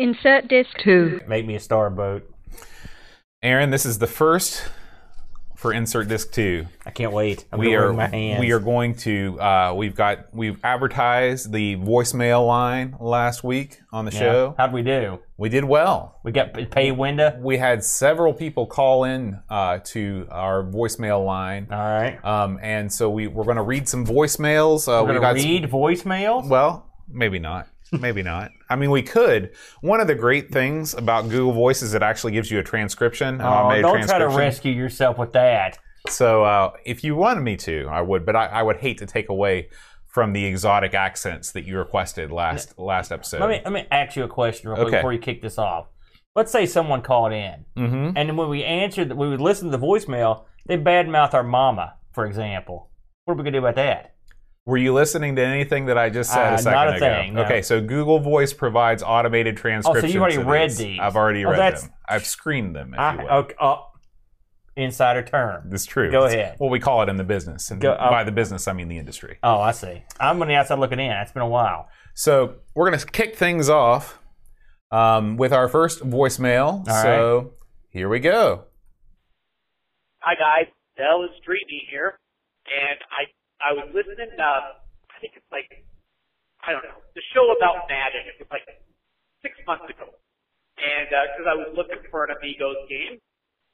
Insert disc 2. Make me a starboat. Aaron, this is the first for insert disc two. I can't wait. I'm we gonna are wring my hands. we are going to uh, we've got we've advertised the voicemail line last week on the Yeah. show. How'd we do? We did well. We got p- paid window. We had several people call in uh, to our voicemail line, All right. um, and so we we're going to read some voicemails. Uh, We're we gonna got some- read voicemails. Well, maybe not. Maybe not. I mean, we could. One of the great things about Google Voice is it actually gives you a transcription. an Oh, automated don't try to transcription. rescue yourself with that. So, uh, if you wanted me to, I would, but I, I would hate to take away from the exotic accents that you requested last last episode. Let me let me ask you a question real quick Okay. before you kick this off. Let's say someone called in, and mm-hmm. then when we answered, we would listen to the voicemail. They badmouth our mama, for example. What are we gonna do about that? Were you listening to anything that I just said Uh, a second not a ago? thing, no. Oh, Okay, so Google Voice provides automated transcriptions. already of read these. these. I've already Oh, read that's- them. I've screened them. If I, you will. okay, oh, insider term. It's true. Go It's ahead. What we call it in the business, and Go- uh, by the business I mean the industry. Oh, I see. I'm on the outside looking in. It's been a while. So we're gonna kick things off um, with our first voicemail. All so here we go. Hi guys, Dell is Dreamy here, and I I was listening. Uh, I think it's like I don't know the show about Madden. It was like six months ago, and because I was looking for an Amigos game,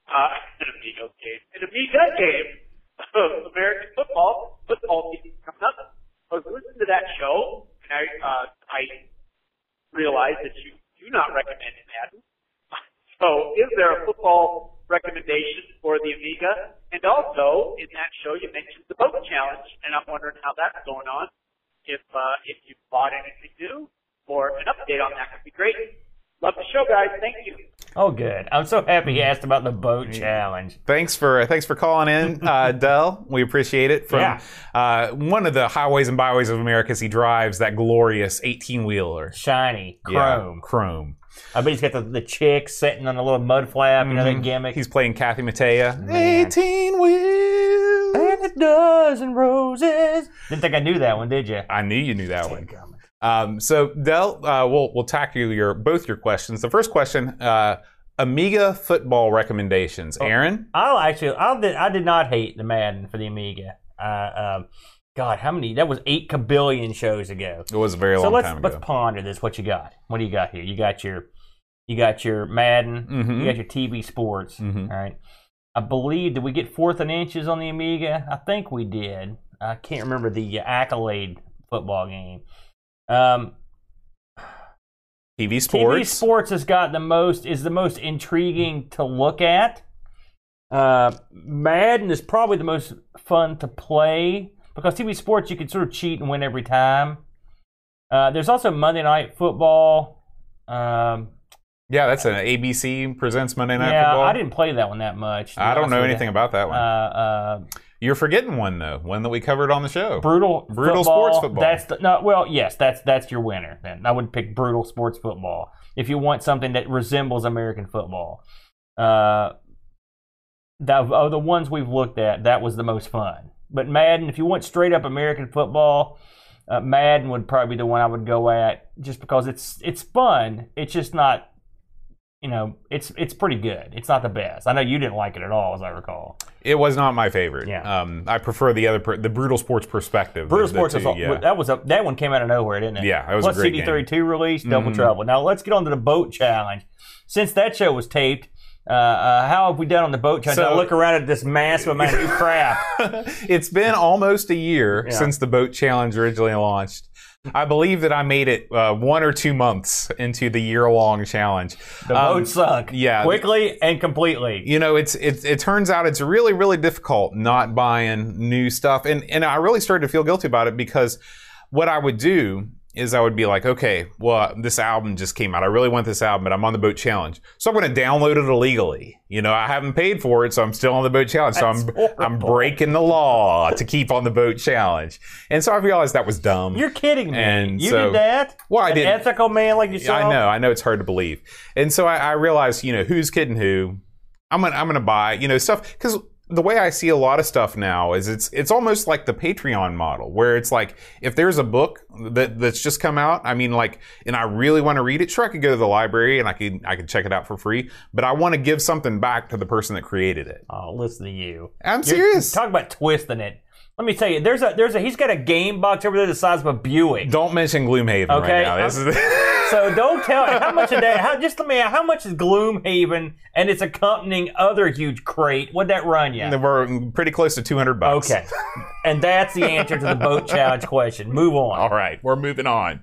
uh, an Amigos game, an Amiga game of American football, football season coming up. I was listening to that show, and I uh, I realized that you do not recommend Madden. So, is there a football recommendation for the Amiga? And also, in that show, you mentioned the boat challenge, and I'm wondering how that's going on. If uh, if you bought anything new, or an update on that would be great. Love the show, guys. Thank you. Oh, good. I'm so happy he asked about the boat challenge. Thanks for thanks for calling in, uh, Dell. We appreciate it. From Yeah. uh, one of the highways and byways of America, as he drives that glorious eighteen wheeler, Shiny chrome. Chrome. I bet he's got the, the chick sitting on a little mud flap. You know that gimmick. He's playing Kathy Mattea. Eighteen wheels. And a dozen roses. Didn't think I knew that one, did you? I knew you knew that one. Um, so Dell, uh, we'll we'll tackle your both your questions. The first question: uh, Amiga football recommendations. Oh. Aaron, I'll actually, I did, I did not hate the Madden for the Amiga. Uh, um, God, how many? That was eight kabillion shows ago. it was a very So long let's time let's ago. ponder this. What you got? What do you got here? You got your, you got your Madden. Mhm. You got your TV sports. Mhm. all right. I believe did we get fourth and inches on the Amiga? I think we did. I can't remember the accolade football game. Um, TV TV sports. sports has got the most is the most intriguing to look at. Uh, Madden is probably the most fun to play because TV sports you can sort of cheat and win every time. Uh, there's also Monday Night Football. Um, Yeah, that's an ABC presents Monday Night yeah, Football. I didn't play that one that much. to be I don't honest know with anything you. about that Uh, one. uh, You're forgetting one though, one that we covered on the show. brutal, football, Brutal sports football. That's the, no, well, yes, that's that's your winner. Then I would pick brutal sports football if you want something that resembles American football. Uh, that of the ones we've looked at, that was the most fun. But Madden, if you want straight up American football, uh, Madden would probably be the one I would go at, just because it's it's fun. It's just not, you know, it's it's pretty good. It's not the best. I know you didn't like it at all, as I recall. It was not my favorite. Yeah. Um, I prefer the other, per- the brutal sports perspective. Brutal The- the Sports two, was all, yeah. that was a that one came out of nowhere, didn't it? Yeah, that was a Plus great CD thirty two release, Double Mhm. Trouble. Now let's get on to the boat challenge. Since that show was taped, uh, uh, how have we done on the boat challenge? So- I look around at this massive amount of crap. it's been almost a year Yeah. since the boat challenge originally launched. I believe that I made it uh, one or two months into the year-long challenge. The Um, boat sunk. yeah. Quickly and completely. you know it's it, it turns out it's really really difficult not buying new stuff and and i really started to feel guilty about it because what i would do is i would be like okay well this album just came out i really want this album but i'm on the boat challenge so i'm going to download it illegally you know i haven't paid for it so i'm still on the boat challenge so i'm i'm breaking the law to keep on the boat challenge and so i realized that was dumb You're kidding me. And you so- did that? Well, I An didn't. ethical man like yourself? I know, I know it's hard to believe. And so I, I realized, you know, who's kidding who. I'm gonna I'm gonna buy, you know, stuff because the way I see a lot of stuff now is it's it's almost like the Patreon model where it's like if there's a book that that's just come out, I mean like and I really want to read it, sure I could go to the library and I could I could check it out for free, but I want to give something back to the person that created it. Oh, listen to you. I'm You're- serious. Talk about twisting it. Let me tell you, there's a there's a he's got a game box over there the size of a Buick. Don't mention Gloomhaven Okay, right now. This is So don't tell how much of that. How just let me. How much is Gloomhaven and its accompanying other huge crate? Would that run you? we're pretty close to 200 bucks. Okay, and that's the answer to the boat challenge question. Move on. All right, we're moving on.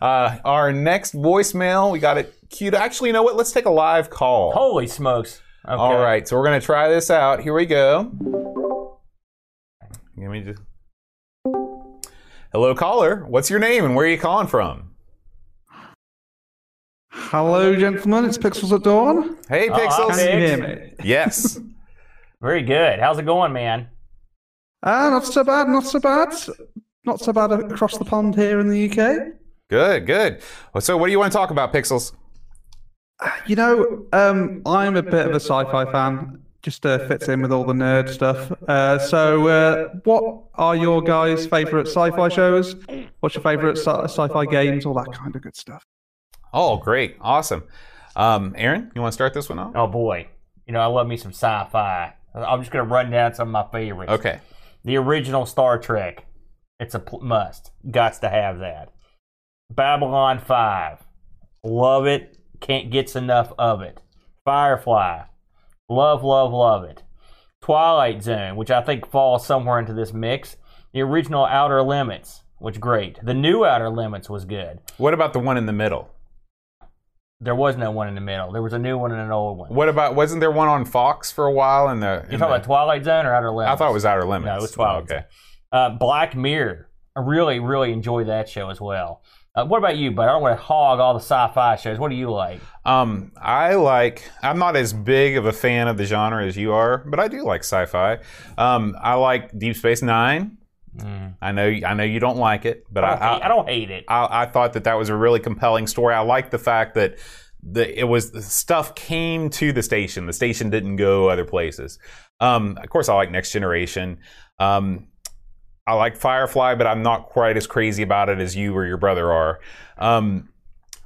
Uh, our next voicemail, we got it queued. Actually, you know what? Let's take a live call. Holy smokes! Okay. All right, so we're gonna try this out. Here we go. Let me just. Hello, caller. What's your name and where are you calling from? Hello, gentlemen. It's Pixels at Dawn. Hey, Oh, Pixels. Can you Pix. hear me? Yes. Very good. How's it going, man? Ah, not so bad. Not so bad. Not so bad across the pond here in the UK. good, good. Well, So, what do you want to talk about, Pixels? You know, um, I'm a bit of a sci-fi fan. Just uh, fits in with all the nerd stuff. Uh, so, uh, what are your guys' favourite sci-fi shows? What's your favourite sci- sci-fi games? All that kind of good stuff. Oh, great, awesome. Um, Aaron, you want to start this one off? Oh boy, you know I love me some sci-fi. I'm just gonna run down some of my favorites. Okay. The original Star Trek. It's a pl- must. Gots to have that. Babylon 5. Love it. Can't get enough of it. Firefly. Love, love, love it. Twilight Zone, which I think falls somewhere into this mix. The original Outer Limits, which great. The new Outer Limits was good. What about the one in the middle? There was no one in the middle. There was a new one and an old one. What about wasn't there one on Fox for a while? In the You in talking the- about Twilight Zone or Outer Limits? I thought it was Outer Limits. No, it was Twilight Okay. Uh, Black Mirror. I really, really enjoy that show as well. Uh, what about you, bud? I don't want to hog all the sci-fi shows. What do you like? Um, I like. I'm not as big of a fan of the genre as you are, but I do like sci-fi. Um, I like Deep Space Nine. I know. I know you don't like it, but I, I don't hate, Mm. I don't hate it. I, I thought that that was a really compelling story. I like the fact that the it was the stuff came to the station. The station didn't go other places. Um, of course, I like Next Generation. Um, I like Firefly, but I'm not quite as crazy about it as you or your brother are. Um,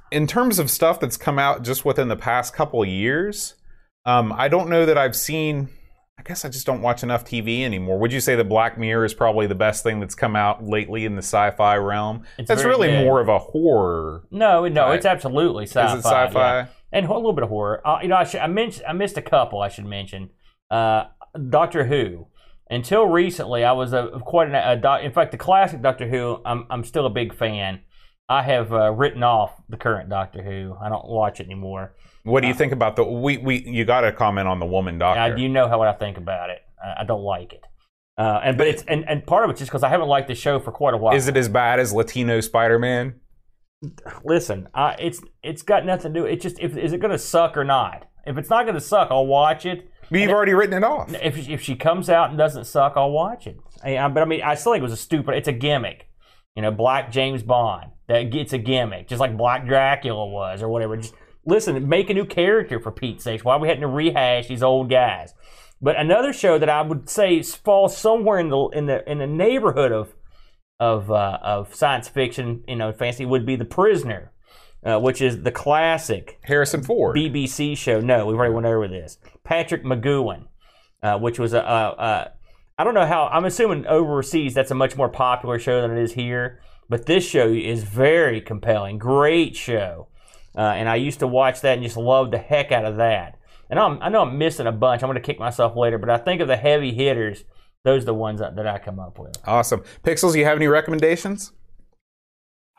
in terms of stuff that's come out just within the past couple of years, um, I don't know that I've seen. I guess I just don't watch enough TV anymore. Would you say that Black Mirror is probably the best thing that's come out lately in the sci-fi realm? It's that's very really good. more of a horror. no, no, Right. it's absolutely sci-fi. Is it sci-fi? yeah. and ho- a little bit of horror. Uh, you know, I, should, I mentioned I missed a couple. I should mention uh, Doctor Who. Until recently, I was a quite an, a doc, in fact the classic Doctor Who. I'm I'm still a big fan. I have uh, written off the current Doctor Who. I don't watch it anymore. What do you think about the we we? You got to comment on the woman I, doctor. you know how what I think about it. I, I don't like it, uh, and but it's and, and part of it's just because I haven't liked the show for quite a while. Is it as bad as Latino Spider-Man? Listen, I, it's it's got nothing to do. It's just if is it going to suck or not. If it's not going to suck, I'll watch it. But You've already written it off. If if she comes out and doesn't suck, I'll watch it. I, I- but I mean, I still think it was a stupid. It's a gimmick, you know. Black James Bond that gets a gimmick, just like Black Dracula was or whatever. Just listen, make a new character for Pete's sake. Why are we having to rehash these old guys? But another show that I would say falls somewhere in the in the in the neighborhood of of uh, of science fiction, you know, fantasy would be The Prisoner, uh, which is the classic Harrison Ford. BBC show. No, we've already went over this. Patrick McGowan, uh, which was a, a, a I don't know how I'm assuming overseas that's a much more popular show than it is here. But this show is very compelling, great show, uh, and I used to watch that and just love the heck out of that. And I'm, I know I'm missing a bunch. I'm going to kick myself later, but I think of the heavy hitters. Those are the ones that, that I come up with. awesome. Pixels, you have any recommendations?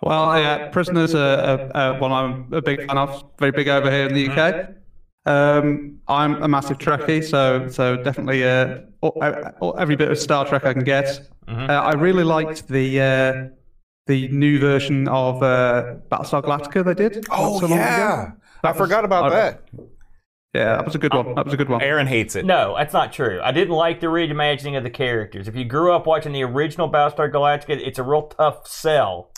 Well, yeah, prisoners are, are, are one I'm a big fan of. Very big over here in the UK. Um, I'm a massive Trekkie, so so definitely uh, all, all, every bit of Star Trek I can get. Uh, I really liked the uh, the new version of uh, Battlestar Galactica they did. not Oh, so long ago. Oh, I forgot about I- that. yeah, that was a good one. That was a good one. Aaron hates it. No, that's not true. I didn't like the reimagining of the characters. If you grew up watching the original Battlestar Galactica, it's a real tough sell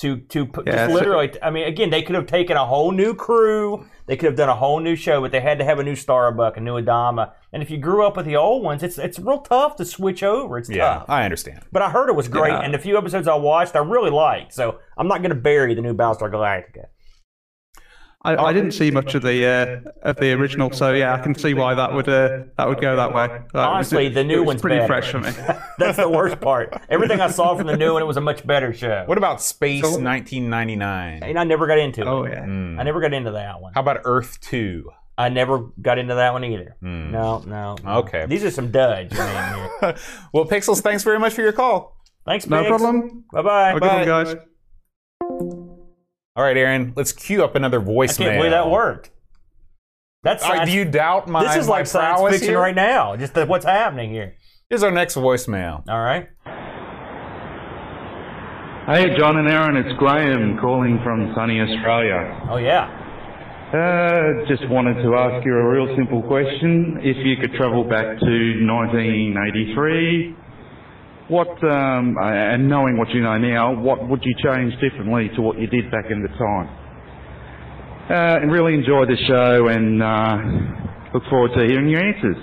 to to put Yeah, just so- literally. I mean, again, they could have taken a whole new crew. They could have done a whole new show, but they had to have a new Starbuck, a new Adama. And if you grew up with the old ones, it's it's real tough to switch over. It's Yeah, tough. I understand. But I heard it was great, Yeah. and the few episodes I watched, I really liked. So I'm not going to bury the new Battlestar Galactica. I, I didn't see much of the uh, of the original, so yeah, I can see why that would uh, that would go that way. That was- Honestly, the Uh, it new was one's pretty better. fresh for me. That's the worst part. Everything I saw from the new one, it was a much better show. What about Space So- 1999? and I never got into it. Oh yeah, Mm. I never got into that one. How about Earth 2? I never got into that one either. Hmm. No, no. no. Okay. These are some duds. you mean, here. well, Pixels, thanks very much for your call. Thanks, no problem. Bye bye. Have a good one, guys. All right, Aaron, let's queue up another I voicemail. can't believe that worked. That's All right, science, do you doubt my This is my like science prowess fiction here? right now. Just the, what's happening here. Here's our next voicemail. All right. Hey, John and Aaron, it's Graham calling from sunny Australia. Oh yeah. Uh, just wanted to ask you a real simple question. If you could travel back to 1983, what, um, and knowing what you know now, what would you change differently to what you did back in the time? Uh, and really enjoy the show and uh, look forward to hearing your answers.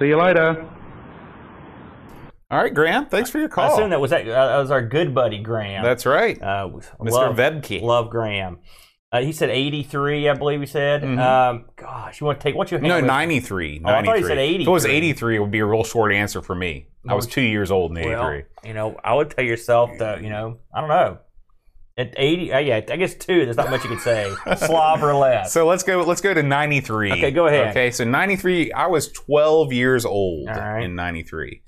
See you later. All right, Graham, thanks for your I call. assume that was that, uh, that was our good buddy Graham. That's right. uh, Mr. Love, Vedke. Love Graham. Uh, he said 83, I believe he said. Mm-hmm. Um, gosh, you want to take what you no, have? 93. Oh, I thought you 93. said If it was 83. 83, it would be a real short answer for me. I was two years old in 83. Oh, Well, you know, I would tell yourself that, you know, I don't know. At 80, uh, yeah, I guess two, there's not much you could say. Slob or less. so let's go. Let's go to 93. Okay, go ahead. Okay, so 93. I was 12 years old All right. in 93.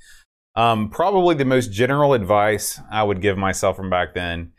Um, probably the most general advice I would give myself from back then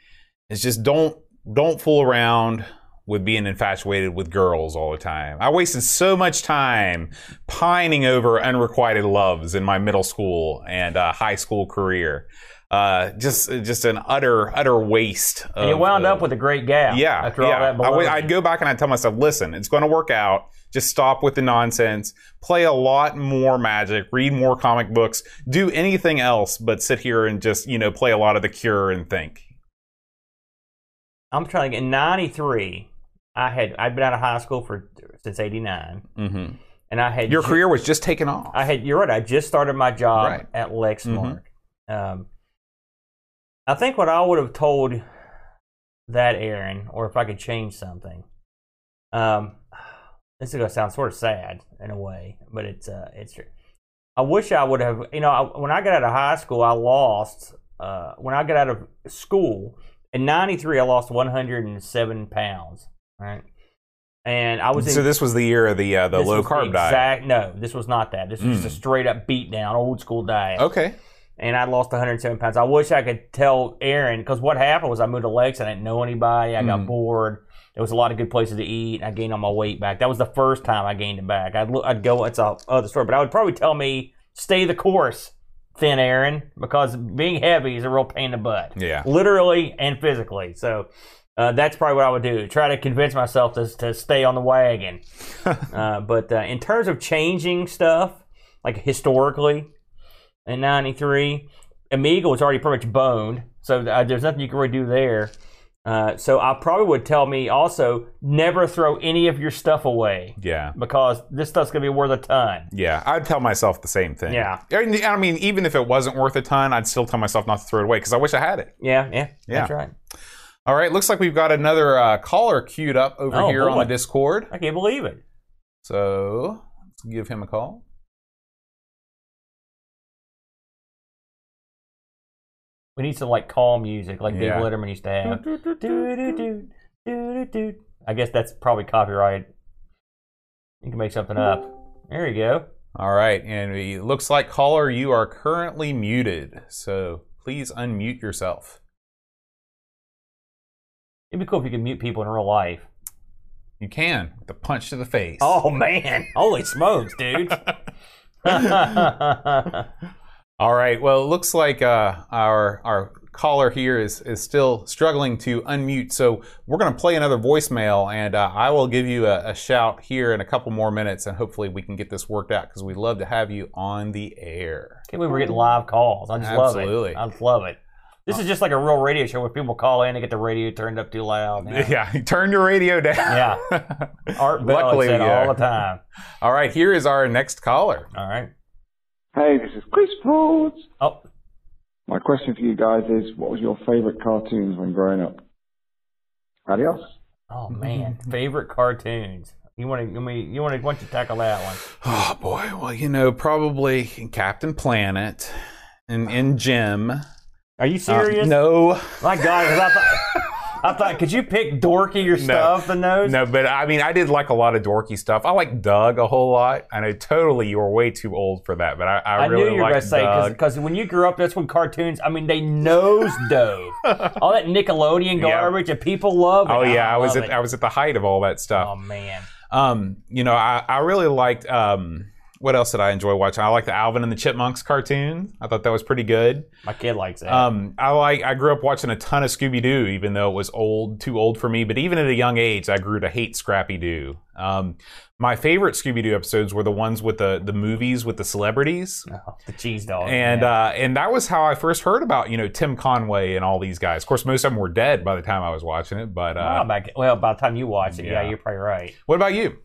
is just don't don't fool around with being infatuated with girls all the time. I wasted so much time pining over unrequited loves in my middle school and uh, high school career. Uh, just just an utter utter waste. Of, and you wound of- up with a great gap. uh, yeah, After yeah. all that I would, baloney. I'd go back and I'd tell myself, listen, it's going to work out. Just stop with the nonsense. Play a lot more magic. Read more comic books. Do anything else but sit here and just you know play a lot of The Cure and think. I'm trying to get 93. I had, I'd been out of high school for since 89. Mm-hmm. And I had Your ju- career was just taking off. I had. You're right. I just started my job Right. Mm-hmm. at Lexmark. Um, I think what I would have told that Aaron, or if I could change something, um, this is gonna sound sort of sad in a way, but it's uh, it's true. I wish I would have. You know, I, when I got out of high school, I lost. Uh, when I got out of school in '93, I lost 107 pounds. Right, and I was in so this was the year of the uh, the this low was carb diet. Mm. exact- No, this was not that. This was just a straight up beat down, old school diet. Okay. And I lost 107 pounds. I wish I could tell Aaron because what happened was I moved to Lakes. I didn't know anybody. I Mm. got bored. There was a lot of good places to eat. I gained all my weight back. That was the first time I gained it back. I'd look, I'd go. It's a other story, but I would probably tell me stay the course, thin Aaron, because being heavy is a real pain in the butt Yeah. literally and physically. So uh, that's probably what I would do. Try to convince myself to, to stay on the wagon. uh, but uh, in terms of changing stuff, like historically, in '93, Amiga was already pretty much boned, so uh, there's nothing you can really do there. Uh, so I probably would tell me also never throw any of your stuff away Yeah. because this stuff's gonna be worth a ton. Yeah, I'd tell myself the same thing. Yeah. And, I mean, even if it wasn't worth a ton, I'd still tell myself not to throw it away because I wish I had it. Yeah, yeah, Yeah. that's right. All right, looks like we've got another uh, caller queued up over Oh, here on boy. the Discord. I can't believe it. So let's give him a call. We need some like calm music, like Yeah. Dave Letterman used to have. Doo-doo-doo, doo-doo-doo. I guess that's probably copyright. You can make something up. There you go. All right, and it looks like caller, you are currently muted. So please unmute yourself. It'd be cool if you could mute people in real life. You can with a punch to the face. Oh man! Holy smokes, dude! All All right. Well, it looks like uh, our our caller here is is still struggling to unmute. So we're going to play another voicemail, and uh, I will give you a, a shout here in a couple more minutes, and hopefully we can get this worked out because we'd love to have you on the air. Can't believe we're getting live calls. I just love it. Absolutely. I just love it. This is just like a real radio show where people call in and get the radio turned up too loud. Yeah. Yeah, turn your radio down. Yeah. Art Bell Luckily, uh, said yeah. all the time. All right, here is our next caller. All right. Hey, this is Chris Broads. Oh, My question for you guys is, what was your favourite cartoons when growing up? Adios. oh man, favorite cartoons. You want to? You want to? Why don't you tackle that one? Oh boy, well you know probably Captain Planet and and Jim. Uh, Are you serious? no, My God, 'cause I thought, I thought, could you pick dorkier stuff than those? no, but I mean I did like a lot of dorky stuff. I like Doug a whole lot. I know totally you were way too old for that, but I, I, I really knew you were gonna liked say Doug. because when you grew up, that's when cartoons. I mean, they nose dove all that Nickelodeon Yeah. garbage, and people love it. Oh yeah, I was love at it. I was at the height of all that stuff. oh man, Um, you know, I, I really liked um what else did I enjoy watching? I liked the Alvin and the Chipmunks cartoon. I thought that was pretty good. my kid likes that. Um, I like I grew up watching a ton of Scooby Doo, even though it was old, too old for me. But even at a young age, I grew to hate Scrappy Doo. Um, my favorite Scooby Doo episodes were the ones with the the movies with the celebrities, Oh, the cheese dog. and yeah. uh, and that was how I first heard about you know Tim Conway and all these guys. Of course, most of them were dead by the time I was watching it. But Wow, uh, back- well, by the time you watch it, yeah, Yeah. you're probably right. what about you?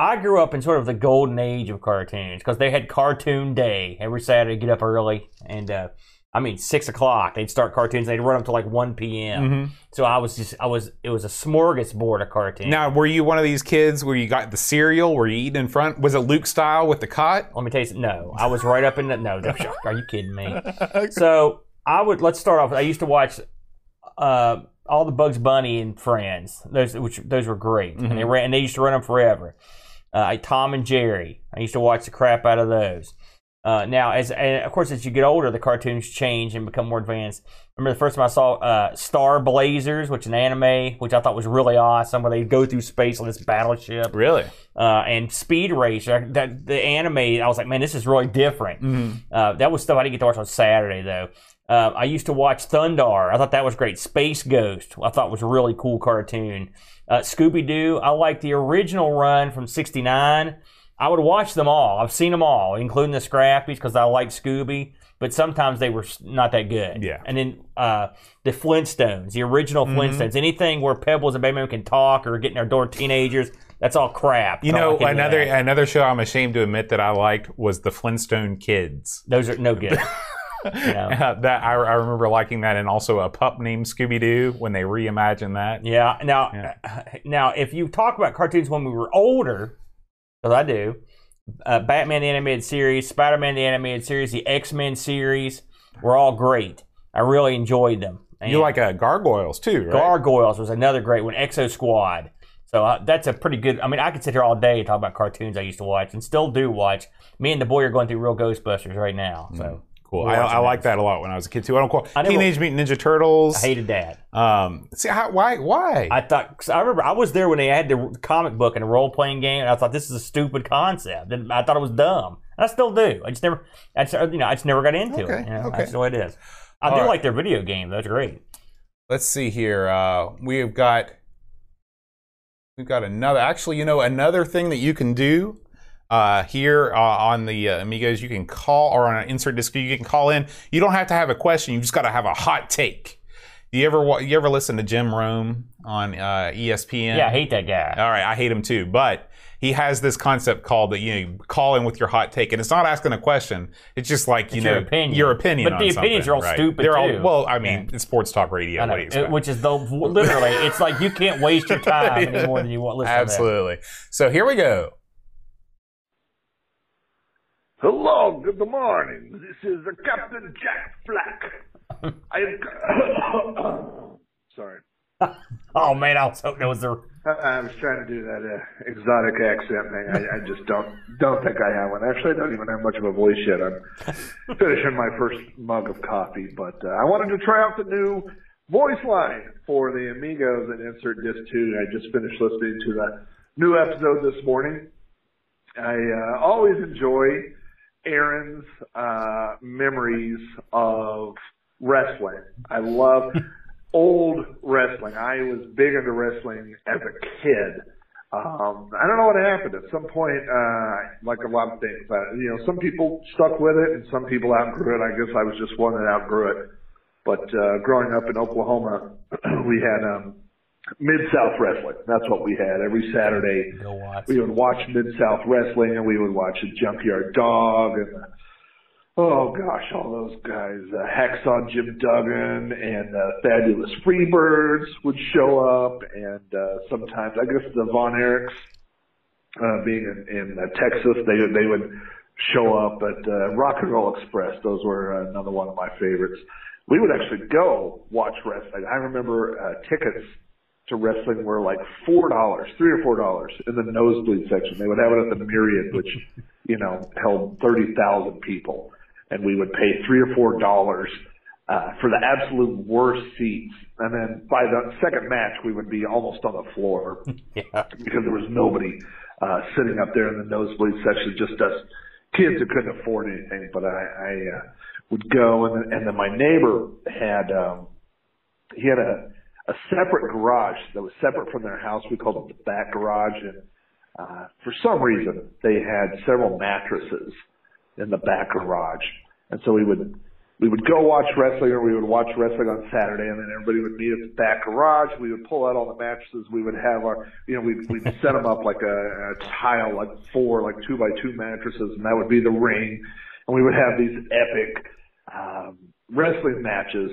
I grew up in sort of the golden age of cartoons because they had Cartoon Day every Saturday. Get up early, and uh, I mean six o'clock they'd start cartoons. and They'd run up to like one p.m. So I was just, I was, it was a smorgasbord of cartoons. Now, were you one of these kids where you got the cereal, were you eating in front? Was it Luke style with the cot? Let me tell you, something. no, I was right up in the no. that- Are you kidding me? So I would let's start off. I used to watch uh, all the Bugs Bunny and Friends. Those which those were great, and they ran and they used to run them forever. Uh, I- Tom and Jerry. I used to watch the crap out of those. Uh, now, as and of course, as you get older, the cartoons change and become more advanced. Remember the first time I saw uh, Star Blazers, which is an anime, which I thought was really awesome, where they go through space on this battleship Really? uh, and Speed Racer. That the anime, I was like, man, this is really different. Uh, that was stuff I didn't get to watch on Saturday though. Uh, I used to watch Thundar. I thought that was great. Space Ghost, I thought was a really cool cartoon. Uh, Scooby Doo, I like the original run from '69. I would watch them all. I've seen them all, including the Scrappies, because I like Scooby. But sometimes they were s- not that good. Yeah. And then uh, the Flintstones, the original Flintstones, anything where Pebbles and Baby Moon can talk or get in their door teenagers, that's all crap. You I don't know, like any of another that. another show I'm ashamed to admit that I liked was the Flintstone Kids. Those are no good. yeah. Uh, that I, I remember liking that, and also a pup named Scooby Doo when they reimagined that. Yeah. Now, Yeah. now, if you talk about cartoons when we were older, because I do, uh, Batman the animated series, Spider Man the animated series, the X Men series were all great. I really enjoyed them. And You like uh, gargoyles too, right? Gargoyles was another great one. Exo Squad. So uh, that's a pretty good. I mean, I could sit here all day and talk about cartoons I used to watch and still do watch. Me and the boy are going through real Ghostbusters right now. So cool. I, I like that a lot when I was a kid too. I don't call I never- Teenage Mutant Ninja Turtles. I hated that. um, see how, why why I thought 'cause I remember I was there when they had the comic book and a role playing game, and I thought this is a stupid concept, and I thought it was dumb, and I still do. I just never, I just, you know, I just never got into Okay, it. You know? okay. That's the way it is. I All do right. like their video game. That's great. let's see here. Uh, we have got we've got another. Actually, you know, another thing that you can do uh, here uh, on the uh, Amigos, you can call or on an insert disc, you can call in. You don't have to have a question. You just got to have a hot take. You ever wa- you ever listen to Jim Rome on uh, ESPN? Yeah, I hate that guy. All right, I hate him too, but he has this concept called that you know, call in with your hot take, and it's not asking a question. It's just like you It's know your opinion. your opinion. But on the opinions something, are all right? stupid, They're too. all well. I mean, it's sports talk radio. I know. What do you expect? It- which is the literally, it's like you can't waste your time any more than you want. Listen Absolutely. So here we go. Hello, good morning. This is the Captain Jack Flack. I am. Sorry. To that. Oh man, I was hoping it was the. I, I was trying to do that uh, exotic accent thing. I, I just don't don't think I have one. Actually, I don't even have much of a voice yet. I'm finishing my first mug of coffee, but uh, I wanted to try out the new voice line for the Amigos and insert disc two. I just finished listening to the new episode this morning. I uh, always enjoy Aaron's uh, memories of wrestling. I love old wrestling. I was big into wrestling as a kid. Um, I don't know what happened. At some point, uh, like a lot of things, uh, you know, some people stuck with it and some people outgrew it. I guess I was just one that outgrew it. But uh, growing up in Oklahoma, we had um, Mid South Wrestling. That's what we had every Saturday. Go Watts. We would watch Mid South Wrestling, and we would watch the Junkyard Dog, and the, oh gosh, all those guys, uh, Hacksaw Jim Duggan and uh, Fabulous Freebirds would show up, and uh, sometimes I guess the Von Erichs, uh, being in, in uh, Texas, they they would show up. But uh, Rock and Roll Express, those were uh, another one of my favorites. We would actually go watch wrestling. I remember uh, tickets to wrestling were like four dollars, three or four dollars in the nosebleed section. They would have it at the Myriad, which you know held thirty thousand people, and we would pay three or four dollars uh, for the absolute worst seats. And then by the second match, we would be almost on the floor Yeah. because there was nobody uh, sitting up there in the nosebleed section, just us kids who couldn't afford anything. But I, I uh, would go, and then, and then my neighbor had um, he had a a separate garage that was separate from their house. We called it the back garage, and uh, for some reason they had several mattresses in the back garage, and so we would. We would go watch wrestling, or we would watch wrestling on Saturday, and then everybody would meet at the back garage. We would pull out all the mattresses. We would have our, you know, we'd, we'd set them up like a, a tile, like four, like two by two mattresses, and that would be the ring. And we would have these epic um, wrestling matches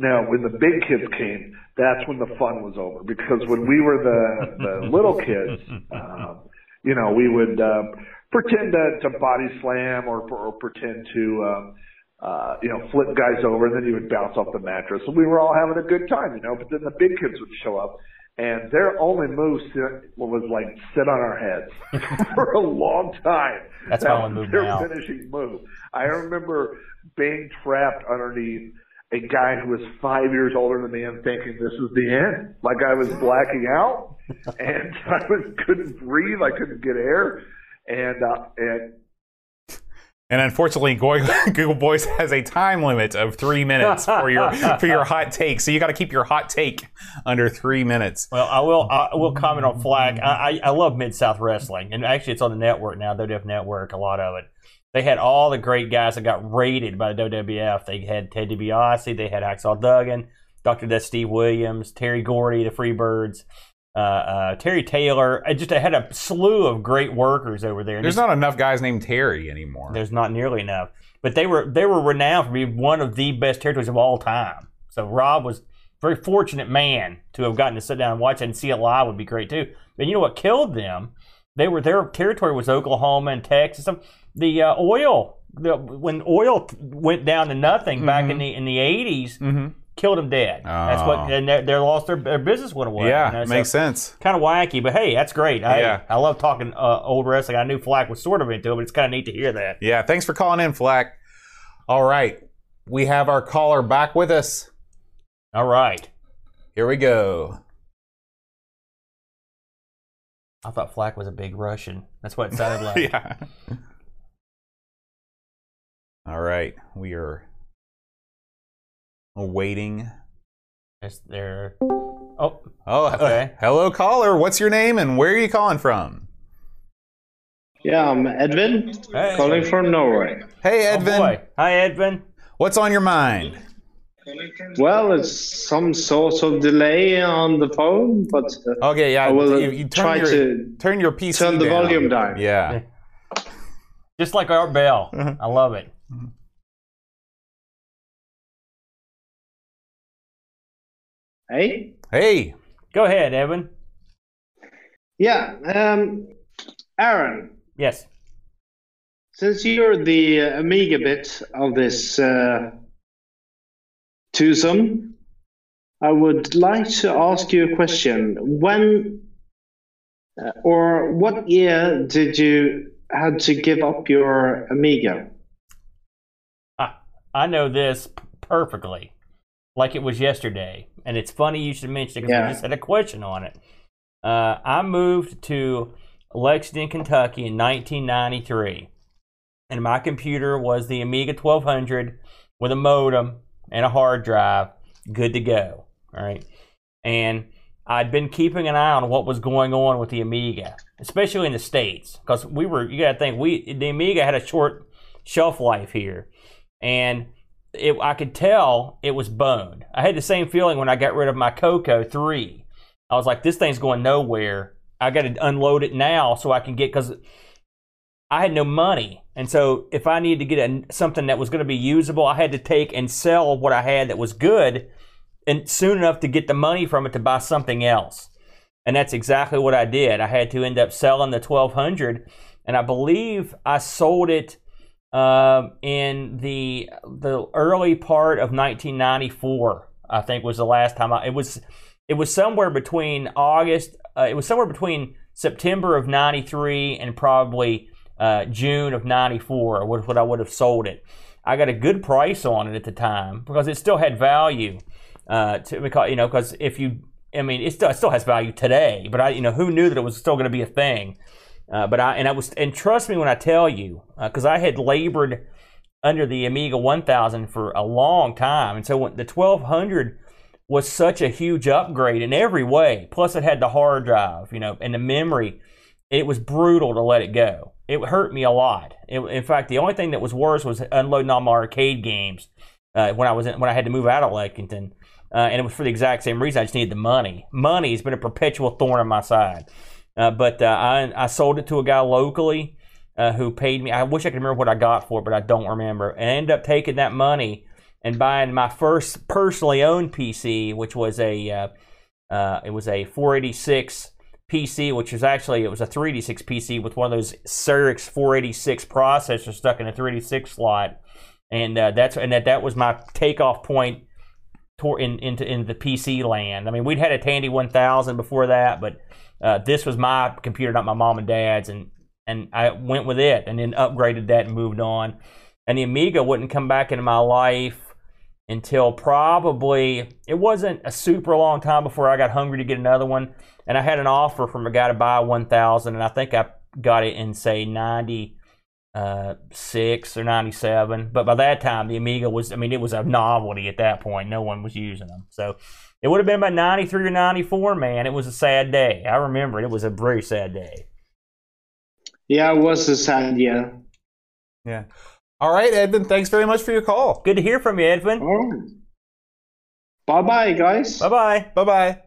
now, when the big kids came, that's when the fun was over because when we were the, the little kids, um, you know, we would um, pretend to, to body slam or, or pretend to, um, uh, you know, flip guys over, and then you would bounce off the mattress. And we were all having a good time, you know. But then the big kids would show up, and their only move si- was like sit on our heads for a long time. That's That my only was move their now. finishing move. I remember being trapped underneath a guy who was five years older than me and thinking this is the end. Like I was blacking out and I was couldn't breathe. I couldn't get air. And uh, and And unfortunately, Google, Google Voice has a time limit of three minutes for your for your hot take. So you got to keep your hot take under three minutes. Well, I will. I will comment on Flag. I, I, I love Mid South Wrestling, and actually, it's on the network now, WWF Network. A lot of it. They had all the great guys that got rated by the WWF. They had Ted DiBiase. They had Axel Duggan, Doctor Death, Steve Williams, Terry Gordy, the Freebirds, uh, uh, Terry Taylor. I just I had a slew of great workers over there. And There's just- not enough guys named Terry anymore. there's not nearly enough. But they were they were renowned for being one of the best territories of all time. So Rob was a very fortunate man to have gotten to sit down and watch it and see it live would be great too. And you know what killed them? They were their territory was Oklahoma and Texas. Some- The uh, oil, the, when oil t- went down to nothing back Mm-hmm. in the in the 80s killed them dead. That's what Oh. and they, they lost their, their business went away. yeah, you know, so- makes sense. kind of wacky, but hey, that's great. I, Yeah. I love talking uh, old wrestling. I knew Flack was sort of into it, but it's kind of neat to hear that. Yeah, thanks for calling in, Flack. All right, we have our caller back with us. All right. Here we go. I thought Flack was a big Russian. That's what it sounded like. yeah. All right, we are awaiting. It's there. Oh, Oh, Okay. hello, caller. What's your name and where are you calling from? Yeah, I'm Edvin, hey. calling from Norway. Hey, Oh, Edvin. boy. Hi, Edvin. What's on your mind? Well, it's some sort of delay on the phone, but uh, Okay, yeah. I will you, you turn try your, to turn your PC turn the down. volume down. Yeah. Just like Art Bell. I love it. Hey? Hey. Go ahead, Edvin. Yeah, um, Aaron, Yes. since you're the uh, Amiga bit of this uh, twosome, I would like to ask you a question. When uh, or what year did you had to give up your Amiga? I, I know this p- perfectly, like it was yesterday. And it's funny you should mention it because Yeah. I just had a question on it. Uh, I moved to Lexington, Kentucky in 1993. And my computer was the Amiga 1200 with a modem and a hard drive, good to go. All right. And I'd been keeping an eye on what was going on with the Amiga, especially in the States, because we were, you got to think, we the Amiga had a short shelf life here. And it, I could tell it was boned. I had the same feeling when I got rid of my Coco 3. I was like, this thing's going nowhere. I got to unload it now so I can get, because I had no money. And so if I needed to get a, something that was going to be usable, I had to take and sell what I had that was good and soon enough to get the money from it to buy something else. And that's exactly what I did. I had to end up selling the 1200 and I believe I sold it uh, in the the early part of 1994. I think was the last time I it was it was somewhere between August uh, it was somewhere between September of 93 and probably uh, June of 94 was what I would have sold it. I got a good price on it at the time because it still had value. Uh, to, because you know because if you I mean it still, it still has value today, but I you know who knew that it was still going to be a thing. Uh, but I and I was and trust me when I tell you because I had labored under the Amiga 1000 for a long time, and so when the 1200 was such a huge upgrade in every way. Plus, it had the hard drive, you know, and the memory. It was brutal to let it go. It hurt me a lot. It, in fact, the only thing that was worse was unloading all my arcade games uh, when I was in, when I had to move out of Lexington, uh, and it was for the exact same reason. I just needed the money. Money's been a perpetual thorn on my side. Uh, but I, I sold it to a guy locally uh, who paid me. I wish I could remember what I got for it, but I don't remember. And I ended up taking that money and buying my first personally owned PC, which was a uh, uh, it was a 486 PC, which was actually it was a 386 PC with one of those Cyrix 486 processors stuck in a 386 slot, and uh, that's and that that was my takeoff point toward in into in the PC land. I mean, we'd had a Tandy 1000 before that, but Uh, this was my computer, not my mom and dad's, and and I went with it, and then upgraded that and moved on. And the Amiga wouldn't come back into my life until probably it wasn't a super long time before I got hungry to get another one. And I had an offer from a guy to buy 1,000, and I think I got it in say 96 or 97. But by that time, the Amiga was, I mean, it was a novelty at that point. No one was using them. So it would have been about 93 or 94, man. It was a sad day. I remember it. It was a very sad day. Yeah, it was a sad year. Yeah. All right, Edvin, thanks very much for your call. Good to hear from you, Edvin. Oh. Bye bye, guys. Bye bye. Bye bye.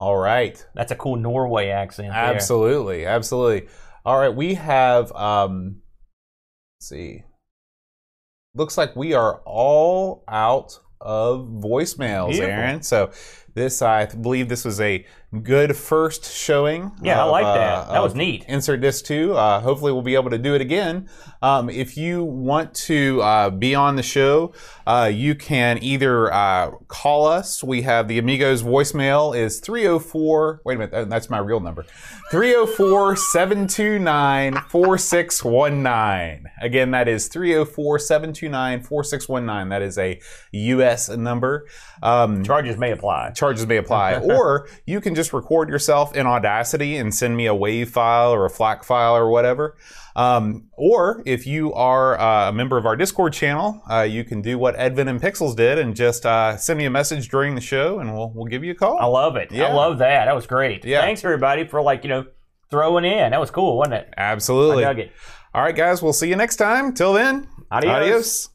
All right. That's a cool Norway accent. there. Absolutely. Absolutely. All right, we have, um, let's see. Looks like we are all out of voicemails, Beautiful. Aaron. So this, I believe, this was a good first showing. Yeah, I like that. uh, That was of neat. Insert disc two. Uh, hopefully, we'll be able to do it again. Um, if you want to uh, be on the show, uh, you can either uh, call us. We have the Amigos voicemail is 304. Wait a minute, that- that's my real number 304 729 4619. Again, that is 304 729 4619. That is a U.S. number. Um, Charges may apply. charges may apply. or you can just record yourself in Audacity and send me a WAV file or a FLAC file or whatever. Um, or if you are uh, a member of our Discord channel, uh, you can do what Edvin and Pixels did and just uh, send me a message during the show, and we'll we'll give you a call. I love it. I Yeah. love that. That was great. Yeah. Thanks everybody for like, you know, throwing in. That was cool, wasn't it? I Absolutely. dug it. All right, guys. We'll see you next time. Till then, Adios. adios.